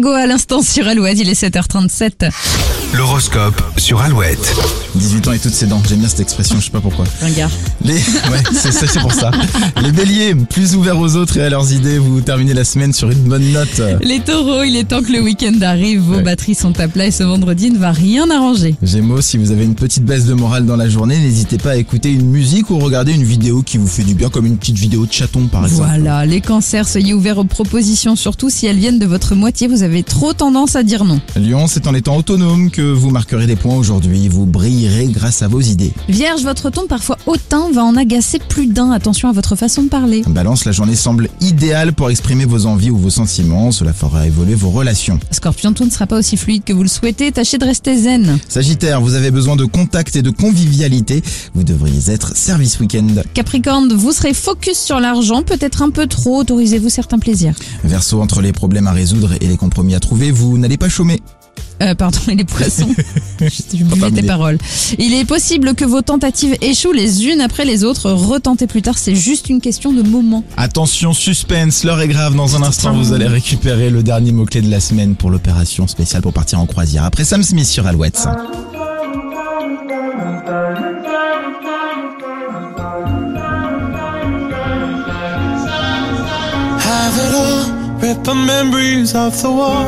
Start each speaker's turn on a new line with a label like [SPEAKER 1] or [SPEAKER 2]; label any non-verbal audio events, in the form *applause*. [SPEAKER 1] Margot à l'instant sur Alouette, il est 7h37.
[SPEAKER 2] L'horoscope sur Alouette.
[SPEAKER 3] 18 ans et toutes ses dents. J'aime bien cette expression, je sais pas pourquoi.
[SPEAKER 1] Ringard.
[SPEAKER 3] Les... *laughs* Ouais, c'est ça, c'est pour ça. Les béliers, plus ouverts aux autres et à leurs idées, vous terminez la semaine sur une bonne note.
[SPEAKER 1] Les taureaux, il est temps que le week-end arrive, vos
[SPEAKER 3] Ouais.
[SPEAKER 1] batteries sont à plat et ce vendredi ne va rien arranger.
[SPEAKER 3] Gémeaux, si vous avez une petite baisse de morale dans la journée, n'hésitez pas à écouter une musique ou regarder une vidéo qui vous fait du bien, comme une petite vidéo de chaton par exemple.
[SPEAKER 1] Voilà, les cancers, soyez ouverts aux propositions, surtout si elles viennent de votre moitié, vous avez trop tendance à dire non.
[SPEAKER 3] Lyon, c'est en étant autonome que vous marquerez des points aujourd'hui, vous brillerez grâce à vos idées.
[SPEAKER 1] Vierge, votre ton parfois hautain va en agacer plus d'un, attention à votre façon de parler.
[SPEAKER 3] Balance, la journée semble idéale pour exprimer vos envies ou vos sentiments, cela fera évoluer vos relations.
[SPEAKER 1] Scorpion, tout ne sera pas aussi fluide que vous le souhaitez, tâchez de rester zen.
[SPEAKER 3] Sagittaire, vous avez besoin de contact et de convivialité, vous devriez être service week-end.
[SPEAKER 1] Capricorne, vous serez focus sur l'argent, peut-être un peu trop, autorisez-vous certains plaisirs.
[SPEAKER 3] Verseau, entre les problèmes à résoudre et les compromis à trouver, vous n'allez pas chômer.
[SPEAKER 1] Euh, pardon, *laughs* les poissons. Je- Je buvais tes
[SPEAKER 3] Pas terminé.
[SPEAKER 1] paroles. Il est possible que vos tentatives échouent les unes après les autres. Retentez plus tard, c'est juste une question de moment.
[SPEAKER 3] Attention, suspense, l'heure est grave. Dans un instant, vous allez récupérer le dernier mot-clé de la semaine pour l'opération spéciale pour partir en croisière. Après Sam Smith sur Alouette.
[SPEAKER 4] Have it all, rip the memories of the war.